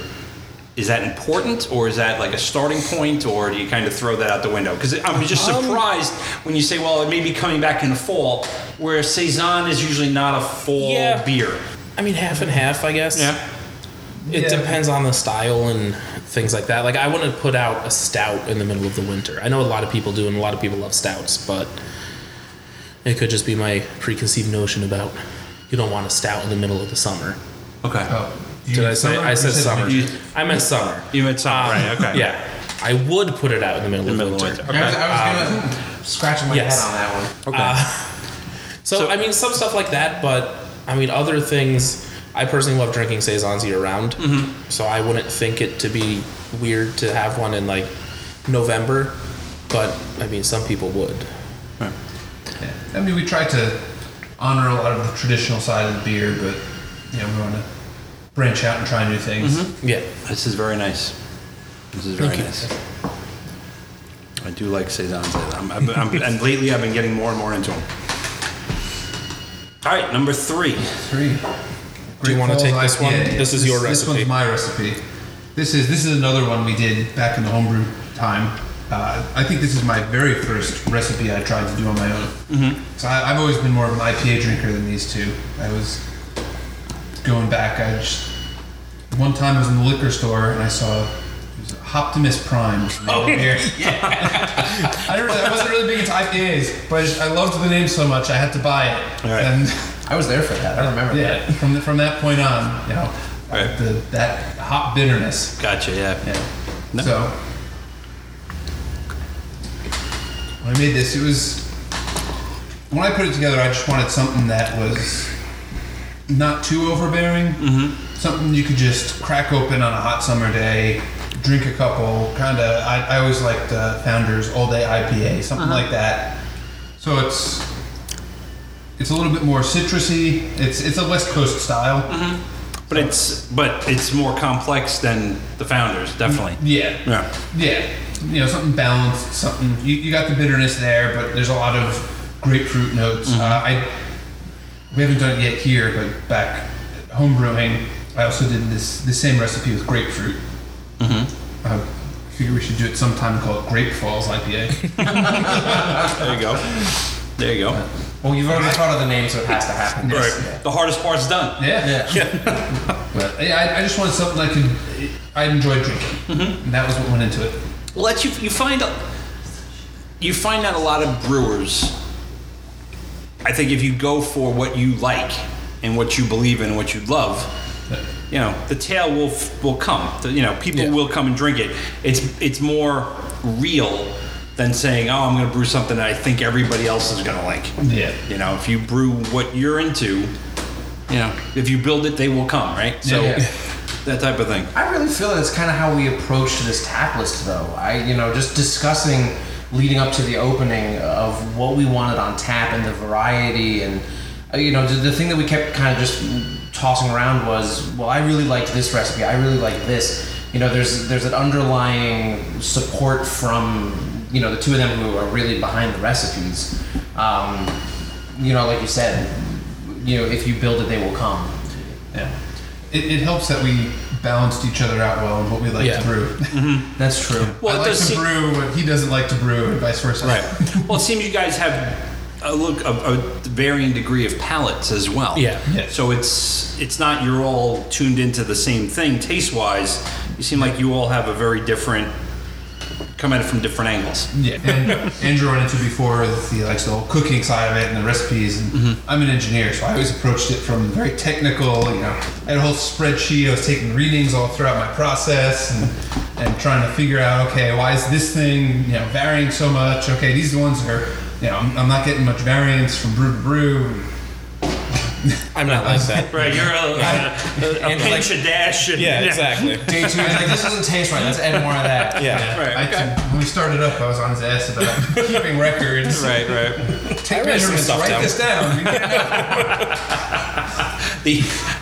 S6: Is that important, or is that like a starting point, or do you kind of throw that out the window? Because I'm just surprised when you say, "Well, it may be coming back in the fall," where saison is usually not a fall
S4: Yeah.
S6: beer.
S4: I mean, half and half, I guess. It
S5: Yeah.
S4: depends on the style and things like that. Like, I wouldn't put out a stout in the middle of the winter. I know a lot of people do, and a lot of people love stouts, but it could just be my preconceived notion about you don't want a stout in the middle of the summer.
S6: Okay.
S5: Oh, you
S4: Did
S5: mean
S4: I say?
S5: summer?
S4: I
S5: You
S4: said summer.
S5: winter.
S4: I meant summer.
S6: You meant summer, right? Okay.
S4: Yeah. I would put it out in the middle,
S6: In
S4: of,
S6: the middle of
S4: winter.
S6: winter.
S3: I
S6: Okay.
S3: was, I was
S7: Um,
S3: gonna scratch my
S4: yes.
S3: head on that one.
S6: Okay.
S4: So, I mean, some stuff like that, but I mean, other things. I personally love drinking saisons year round, so I wouldn't think it to be weird to have one in like November, but I mean, some people would.
S5: Yeah. I mean, we tried to honor a lot of the traditional side of the beer, but you know, we want to branch out and try new things.
S4: Yeah,
S6: This is very nice. This is very
S4: Thank you.
S6: nice. I do like saisons. I'm, I'm, I'm, and lately, I've been getting more and more into them. All right, number three.
S5: Three.
S4: Do you wanna
S5: Falls
S4: take this one?
S5: IPA.
S4: This is your
S5: This
S4: recipe.
S5: one's my recipe. This is this is another one we did back in the homebrew time. Uh, I think this is my very first recipe I tried to do on my own. Mm-hmm. So I, I've always been more of an IPA drinker than these two. I was going back. I just one time I was in the liquor store and I saw. it was
S4: [LAUGHS]
S5: Optimus Prime. Oh, yeah. [LAUGHS] I, didn't really, I wasn't really big into IPAs, but I, just, I loved the name so much I had to buy it.
S6: All right.
S5: And
S3: I was there for that. I remember that.
S5: yeah, from the, from that point on, you know,
S6: Right.
S5: the, that hot bitterness.
S6: Gotcha. Yeah.
S5: Yeah. So when I made this, it was when I put it together. I just wanted something that was not too overbearing. Mm-hmm. Something you could just crack open on a hot summer day, drink a couple. Kind of. I, I always liked uh, Founders All Day IPA, something like that. So it's it's a little bit more citrusy. It's it's a West Coast style.
S6: But it's but it's more complex than the founders, definitely.
S5: Yeah.
S6: Yeah.
S5: Yeah, you know something balanced. Something you, you got the bitterness there, but there's a lot of grapefruit notes. Uh, I we haven't done it yet here, but back at home brewing, I also did this the same recipe with grapefruit. Mm-hmm. I [LAUGHS] figure we should do it sometime called Grape Falls IPA.
S6: There you go. There you go.
S8: Well, you've already thought of the name, so it has to happen.
S6: Right. The hardest part's done.
S5: Yeah. Yeah. [LAUGHS] but yeah, I, I just wanted something I could. I enjoyed drinking, and that was what went into it.
S6: Well, that's you. You find you find out a lot of brewers. I think if you go for what you like and what you believe in and what you love, you know the tail will f- will come. The- you know people will come and drink it. It's it's more real than saying, "Oh, I'm going to brew something that I think everybody else is going to like."
S5: Yeah.
S6: You know, if you brew what you're into, you know, if you build it, they will come, right? So
S5: Yeah, yeah.
S6: that type of thing.
S3: I really feel that's kind of how we approached this tap list, though. I, you know, just discussing leading up to the opening of what we wanted on tap and the variety, and uh, you know, the, the thing that we kept kind of just tossing around was, well, I really liked this recipe. I really like this. You know, there's there's an underlying support from you know the two of them who are really behind the recipes. Um, you know, like you said, you know, if you build it, they will come.
S5: Yeah. It, it helps that we balanced each other out well in what we like
S4: Yeah.
S5: to brew. [LAUGHS]
S3: That's true.
S5: I
S6: Well, it
S5: like to
S6: does seem-
S5: brew what he doesn't like to brew, and vice versa.
S6: Right. well, it seems you guys have a look a, a varying degree of palates as well.
S4: Yeah. Yeah.
S6: So it's it's not you're all tuned into the same thing taste wise. You seem like you all have a very different come at it from different angles.
S5: Yeah, and Andrew ran into before the like the whole cooking side of it and the recipes. And
S6: Mm-hmm.
S5: I'm an engineer, so I always approached it from very technical. You know, I had a whole spreadsheet. I was taking readings all throughout my process and and trying to figure out okay, why is this thing you know varying so much? Okay, these ones are you know I'm, I'm not getting much variance from brew to brew.
S4: I'm not like that.
S6: Right. You're a, a, pinch of dash.
S4: [LAUGHS]
S6: And,
S4: Yeah, exactly.
S3: Day two, he's like, this doesn't taste right. Let's add more of that.
S4: Yeah.
S6: Right.
S5: I, When we started up, I was on his ass about keeping records.
S6: [LAUGHS] Right, right.
S5: Take
S4: I wrote some
S5: measurements.
S4: stuff
S5: Write
S4: down. [LAUGHS]
S5: this down. We need to know.
S6: The,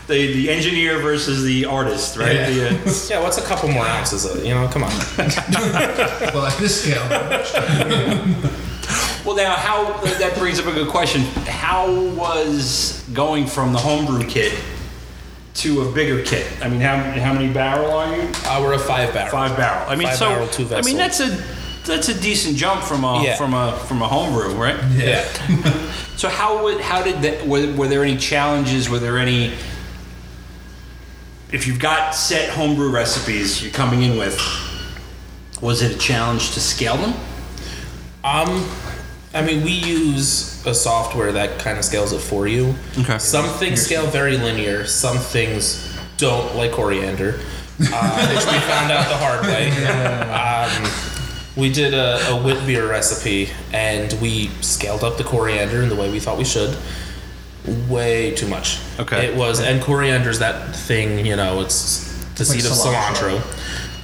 S6: the the engineer versus the artist, right?
S5: Yeah.
S6: The, uh,
S4: Yeah, what's a couple more ounces of, you know, come on. Uh,
S5: well, at this scale,
S6: Well, now how that brings up a good question. How was going from the homebrew kit to a bigger kit? I mean, how how many barrel are you?
S4: Uh, we're a five barrel.
S6: Five barrel. I mean,
S4: Five
S6: so
S4: barrel, two
S6: I
S4: vessel.
S6: mean that's a that's a decent jump from a
S4: Yeah.
S6: from a from a homebrew, right?
S4: Yeah.
S6: So how would how did that were, were there any challenges? Were there any if you've got set homebrew recipes you're coming in with, was it a challenge to scale them?
S4: Um, I mean, we use a software that kind of scales it for you.
S6: Okay.
S4: Some things scale very linear. Some things don't, like coriander, uh, which we found out the hard way. Um, we did a, a wit beer recipe, and we scaled up the coriander in the way we thought we should. Way too much.
S6: Okay.
S4: It was, and coriander's that thing, you know, it's the seed of cilantro.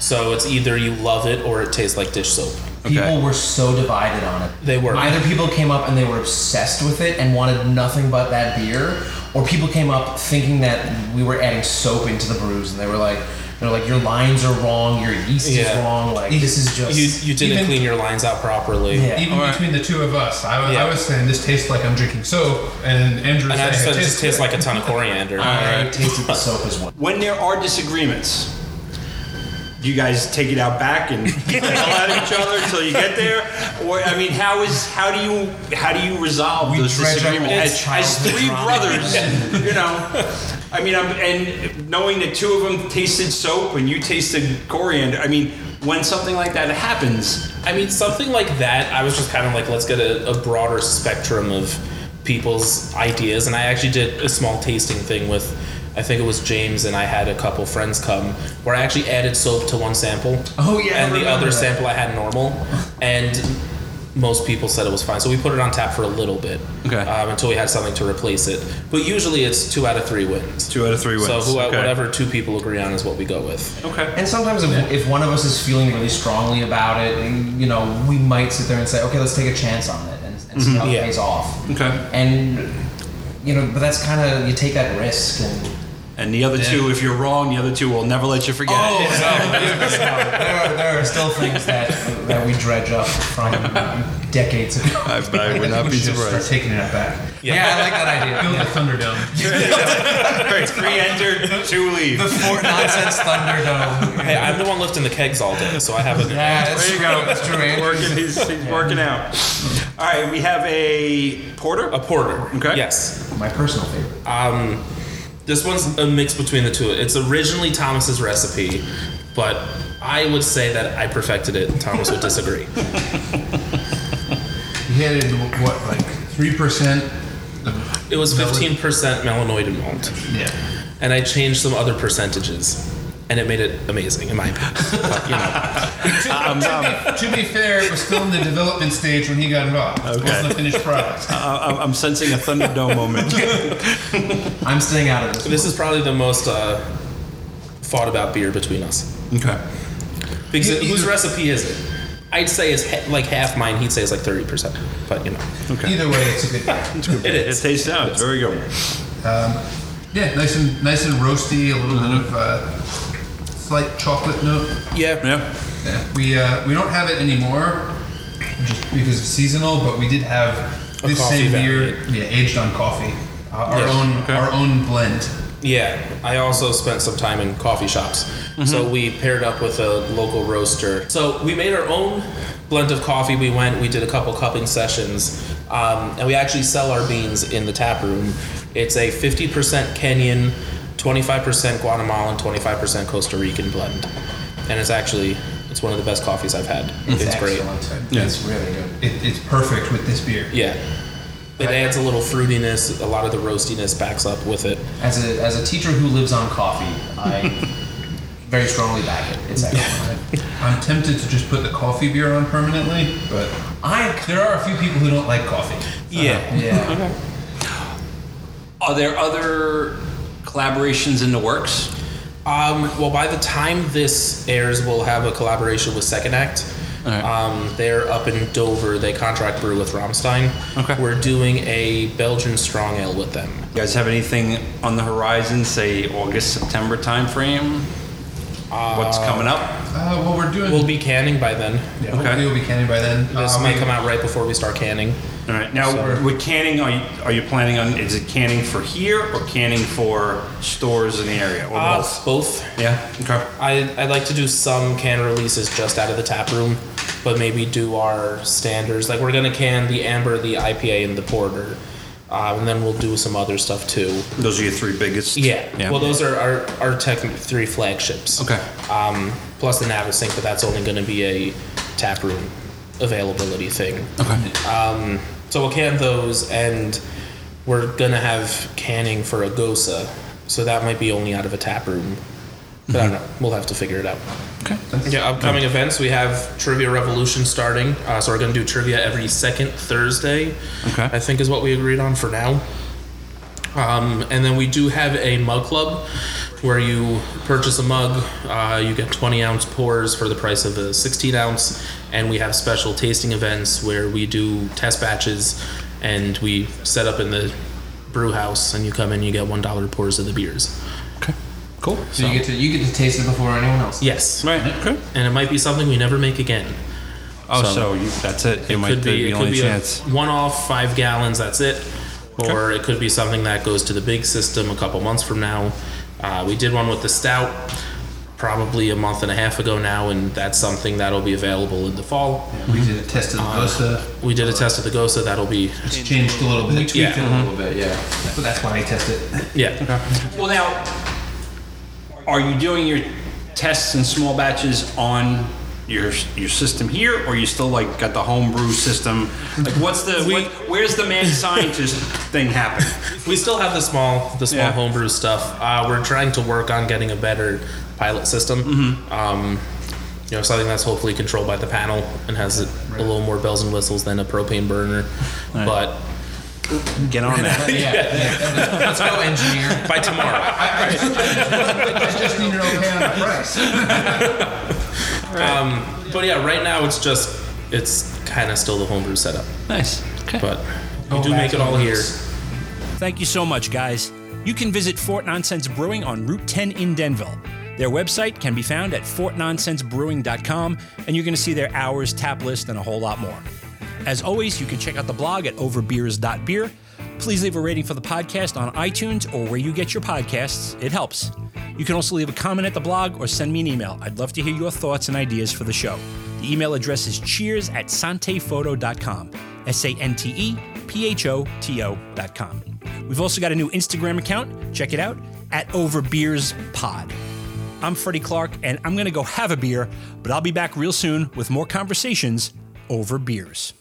S4: So it's either you love it or it tastes like dish soap.
S6: Okay.
S3: People were so divided on it.
S4: They were.
S3: Either people came up and they were obsessed with it and wanted nothing but that beer, or people came up thinking that we were adding soap into the brews and they were like, they're like, your lines are wrong, your yeast
S4: Yeah.
S3: is wrong, like this is just.
S4: You, you didn't
S5: Even-
S4: clean your lines out properly.
S3: Yeah.
S5: even between the two of us, I, wa-
S4: Yeah.
S5: I was saying this tastes like I'm drinking soap, and Andrew
S4: And I just
S5: saying
S4: thought it just tastes like a ton of coriander.
S3: I tasted the soap as well.
S6: when there are disagreements, you guys take it out
S4: [LAUGHS]
S6: back and beat the hell out of each other until you get there, or I mean, how is how do you how do you resolve
S5: We
S6: those
S5: dredge up
S6: disagreements
S5: old
S6: as, as
S5: childhood
S6: three
S5: trauma.
S6: brothers? You know, I mean, I'm, and knowing that two of them tasted soap and you tasted coriander, I mean, when something like that happens,
S4: I mean, something like that, I was just kind of like, let's get a, a broader spectrum of people's ideas. And I actually did a small tasting thing with, I think it was James and I had a couple friends come, where I actually added soap to one sample.
S3: Oh, yeah, I
S4: And the
S3: remember
S4: other
S3: that.
S4: sample I had normal. And most people said it was fine. So we put it on tap for a little bit.
S6: Okay.
S4: Um, until we had something to replace it. But usually it's two out of three wins.
S6: two out of three wins.
S4: So who, whatever two people agree on is what we go with.
S6: Okay.
S3: And sometimes if, if one of us is feeling really strongly about it, and, you know, we might sit there and say, okay, let's take a chance on it and, and see how
S4: Mm-hmm. Yeah.
S3: it pays off.
S6: Okay.
S3: And, you know, but that's kind of, you take that risk and.
S6: And the other two, if you're wrong, the other two will never let you forget
S3: Oh,
S6: [LAUGHS] it.
S3: there, are, there are still things that that we dredge up from decades ago.
S6: I, I would not be surprised.
S5: Taking it back.
S3: Yeah, I like that idea.
S5: Build the Thunderdome.
S6: Three enter, two leave.
S3: The Fort Nonsense Thunderdome.
S4: Hey, I'm the one lifting the kegs all day, so I have
S3: [LAUGHS]
S4: a.
S3: Yeah, that's true.
S6: There you go.
S3: That's true. Andrew.
S6: Working, he's, he's working out. All right, we have a porter.
S4: A porter.
S6: Okay.
S4: Yes.
S3: My personal favorite.
S4: Um, this one's a mix between the two. It's originally Thomas's recipe, but I would say that I perfected it. Thomas would
S5: [LAUGHS]
S4: disagree.
S5: You hit it, what, like 3%?
S4: It was 15% melanoid and malt,
S5: Yeah.
S4: and I changed some other percentages, and it made it amazing in my opinion. But, you know,
S5: To be fair, it was still in the development stage when he got it off. It
S6: Okay.
S5: wasn't the finished product.
S6: I'm, I'm sensing a Thunderdome moment.
S3: I'm staying out of this.
S4: this is probably the most uh, fought about beer between us.
S6: okay.
S4: Because
S5: You-
S4: it-
S5: you-
S4: whose recipe is it? I'd say it's he- like half mine. He'd say it's like thirty percent. But you know,
S6: Okay.
S5: Either way, it's a good beer.
S4: it
S6: It
S4: is.
S6: tastes out. It's very good.
S5: Yeah, nice and nice and roasty, a little bit of uh, slight chocolate note.
S4: Yeah.
S6: Yeah.
S5: Yeah, we uh, we don't have it anymore, just because it's seasonal. But we did have
S4: A
S5: this
S4: coffee
S5: same beer,
S4: variant.
S5: yeah, aged on coffee, uh, our
S4: Yes,
S5: own our own blend.
S4: Yeah. I also spent some time in coffee shops, so we paired up with a local roaster. So we made our own blend of coffee. We went. We did a couple cupping sessions, um, and we actually sell our beans in the tap room. It's a fifty percent Kenyan, twenty-five percent Guatemalan, twenty-five percent Costa Rican blend, and it's actually it's one of the best coffees I've had.
S3: Mm-hmm.
S4: It's, great.
S5: excellent.
S6: Yeah.
S3: It's really good.
S5: It, it's perfect with this beer.
S4: Yeah. It adds a little fruitiness. A lot of the roastiness backs up with it.
S3: As a as a teacher who lives on coffee, I very strongly back it. It's excellent.
S5: I'm tempted to just put the coffee beer on permanently, but
S3: I
S5: there are a few people who don't like coffee.
S4: Yeah.
S3: yeah.
S6: Are there other collaborations in the works?
S4: Um, well, by the time this airs, we'll have a collaboration with Second Act.
S6: Alright.
S4: Um, they're up in Dover. They contract brew with Rammstein.
S6: Okay.
S4: We're doing a Belgian strong ale with them.
S6: You guys have anything on the horizon, say August, September timeframe? What's coming up?
S5: Uh, well, we're doing.
S4: We'll be canning by then.
S5: yeah,
S6: okay.
S5: Hopefully, we'll be canning by then.
S4: This
S5: Uh,
S4: might
S5: we-
S4: come out right before we start canning.
S6: All right. Now,
S4: So-
S6: with canning, are you, are you planning on, is it canning for here or canning for stores in the area? Or
S4: Uh,
S6: both?
S4: both.
S6: Yeah. Okay.
S4: I, I'd like to do some can releases just out of the tap room, but maybe do our standards. Like we're gonna can the amber, the IPA, and the porter, um, and then we'll do some other stuff too.
S6: Those are your three biggest?
S4: Yeah.
S6: yeah.
S4: Well, those are our our tech three flagships.
S6: Okay.
S4: Um, plus the Navisink, but that's only gonna be a tap room availability thing.
S6: Okay.
S4: So we'll can those, and we're gonna have canning for a Gosa, so that might be only out of a tap room. But I don't know. We'll have to figure it out. Mm-hmm. Okay. Yeah, upcoming events. We have Trivia Revolution starting, uh, so we're gonna do trivia every second Thursday.
S6: Okay.
S4: I think is what we agreed on for now. Um, and then we do have a mug club where you purchase a mug, uh, you get 20 ounce pours for the price of a 16 ounce, and we have special tasting events where we do test batches and we set up in the brew house and you come in you get $1 pours of the beers.
S6: Cool.
S3: So you get to you get to taste it before anyone else.
S4: Yes.
S6: Right. Okay.
S4: And it might be something we never make again.
S6: Oh, so,
S4: So-
S6: you, that's it. It, might
S4: could
S6: be,
S4: be,
S6: the
S4: it
S6: only
S4: could be
S6: chance.
S4: a one off five gallons. That's it. Or it could be something that goes to the big system a couple months from now. Uh, we did one with the stout probably a month and a half ago now, and that's something that'll be available in the fall.
S5: We did a test of the Gosa.
S4: We did a test of the Gosa. That'll be
S5: It's changed a little bit.
S4: yeah,
S3: A little bit, yeah. But that's why I test it.
S4: yeah.
S6: Well, now, are you doing your tests in small batches on your your system here, or you still like got the homebrew system? Like, what's the
S4: We-
S6: what, where's the mad scientist thing happen?
S4: We still have the small the small
S6: Yeah.
S4: homebrew stuff. Uh, we're trying to work on getting a better pilot system.
S6: Mm-hmm.
S4: Um, you know, something that's hopefully controlled by the panel and has a little more bells and whistles than a propane burner. But
S6: Get on that.
S3: Let's go,
S5: [LAUGHS]
S3: engineer.
S4: by tomorrow,
S5: I just need to know pay on the price.
S4: but yeah, right now it's just it's kind of still the homebrew setup.
S6: nice. Okay.
S4: But we do make it all here.
S2: Thank you so much, guys. You can visit Fort Nonsense Brewing on Route 10 in Denville. Their website can be found at fortnonsensebrewing.com, and you're going to see their hours, tap list, and a whole lot more. As always, you can check out the blog at overbeers.beer. Please leave a rating for the podcast on iTunes or where you get your podcasts. It helps. You can also leave a comment at the blog or send me an email. I'd love to hear your thoughts and ideas for the show. The email address is cheers at santefoto.com. S A N T E P H O T O.com. We've also got a new Instagram account. Check it out at overbeerspod. I'm Freddie Clark, and I'm going to go have a beer, but I'll be back real soon with more conversations over beers.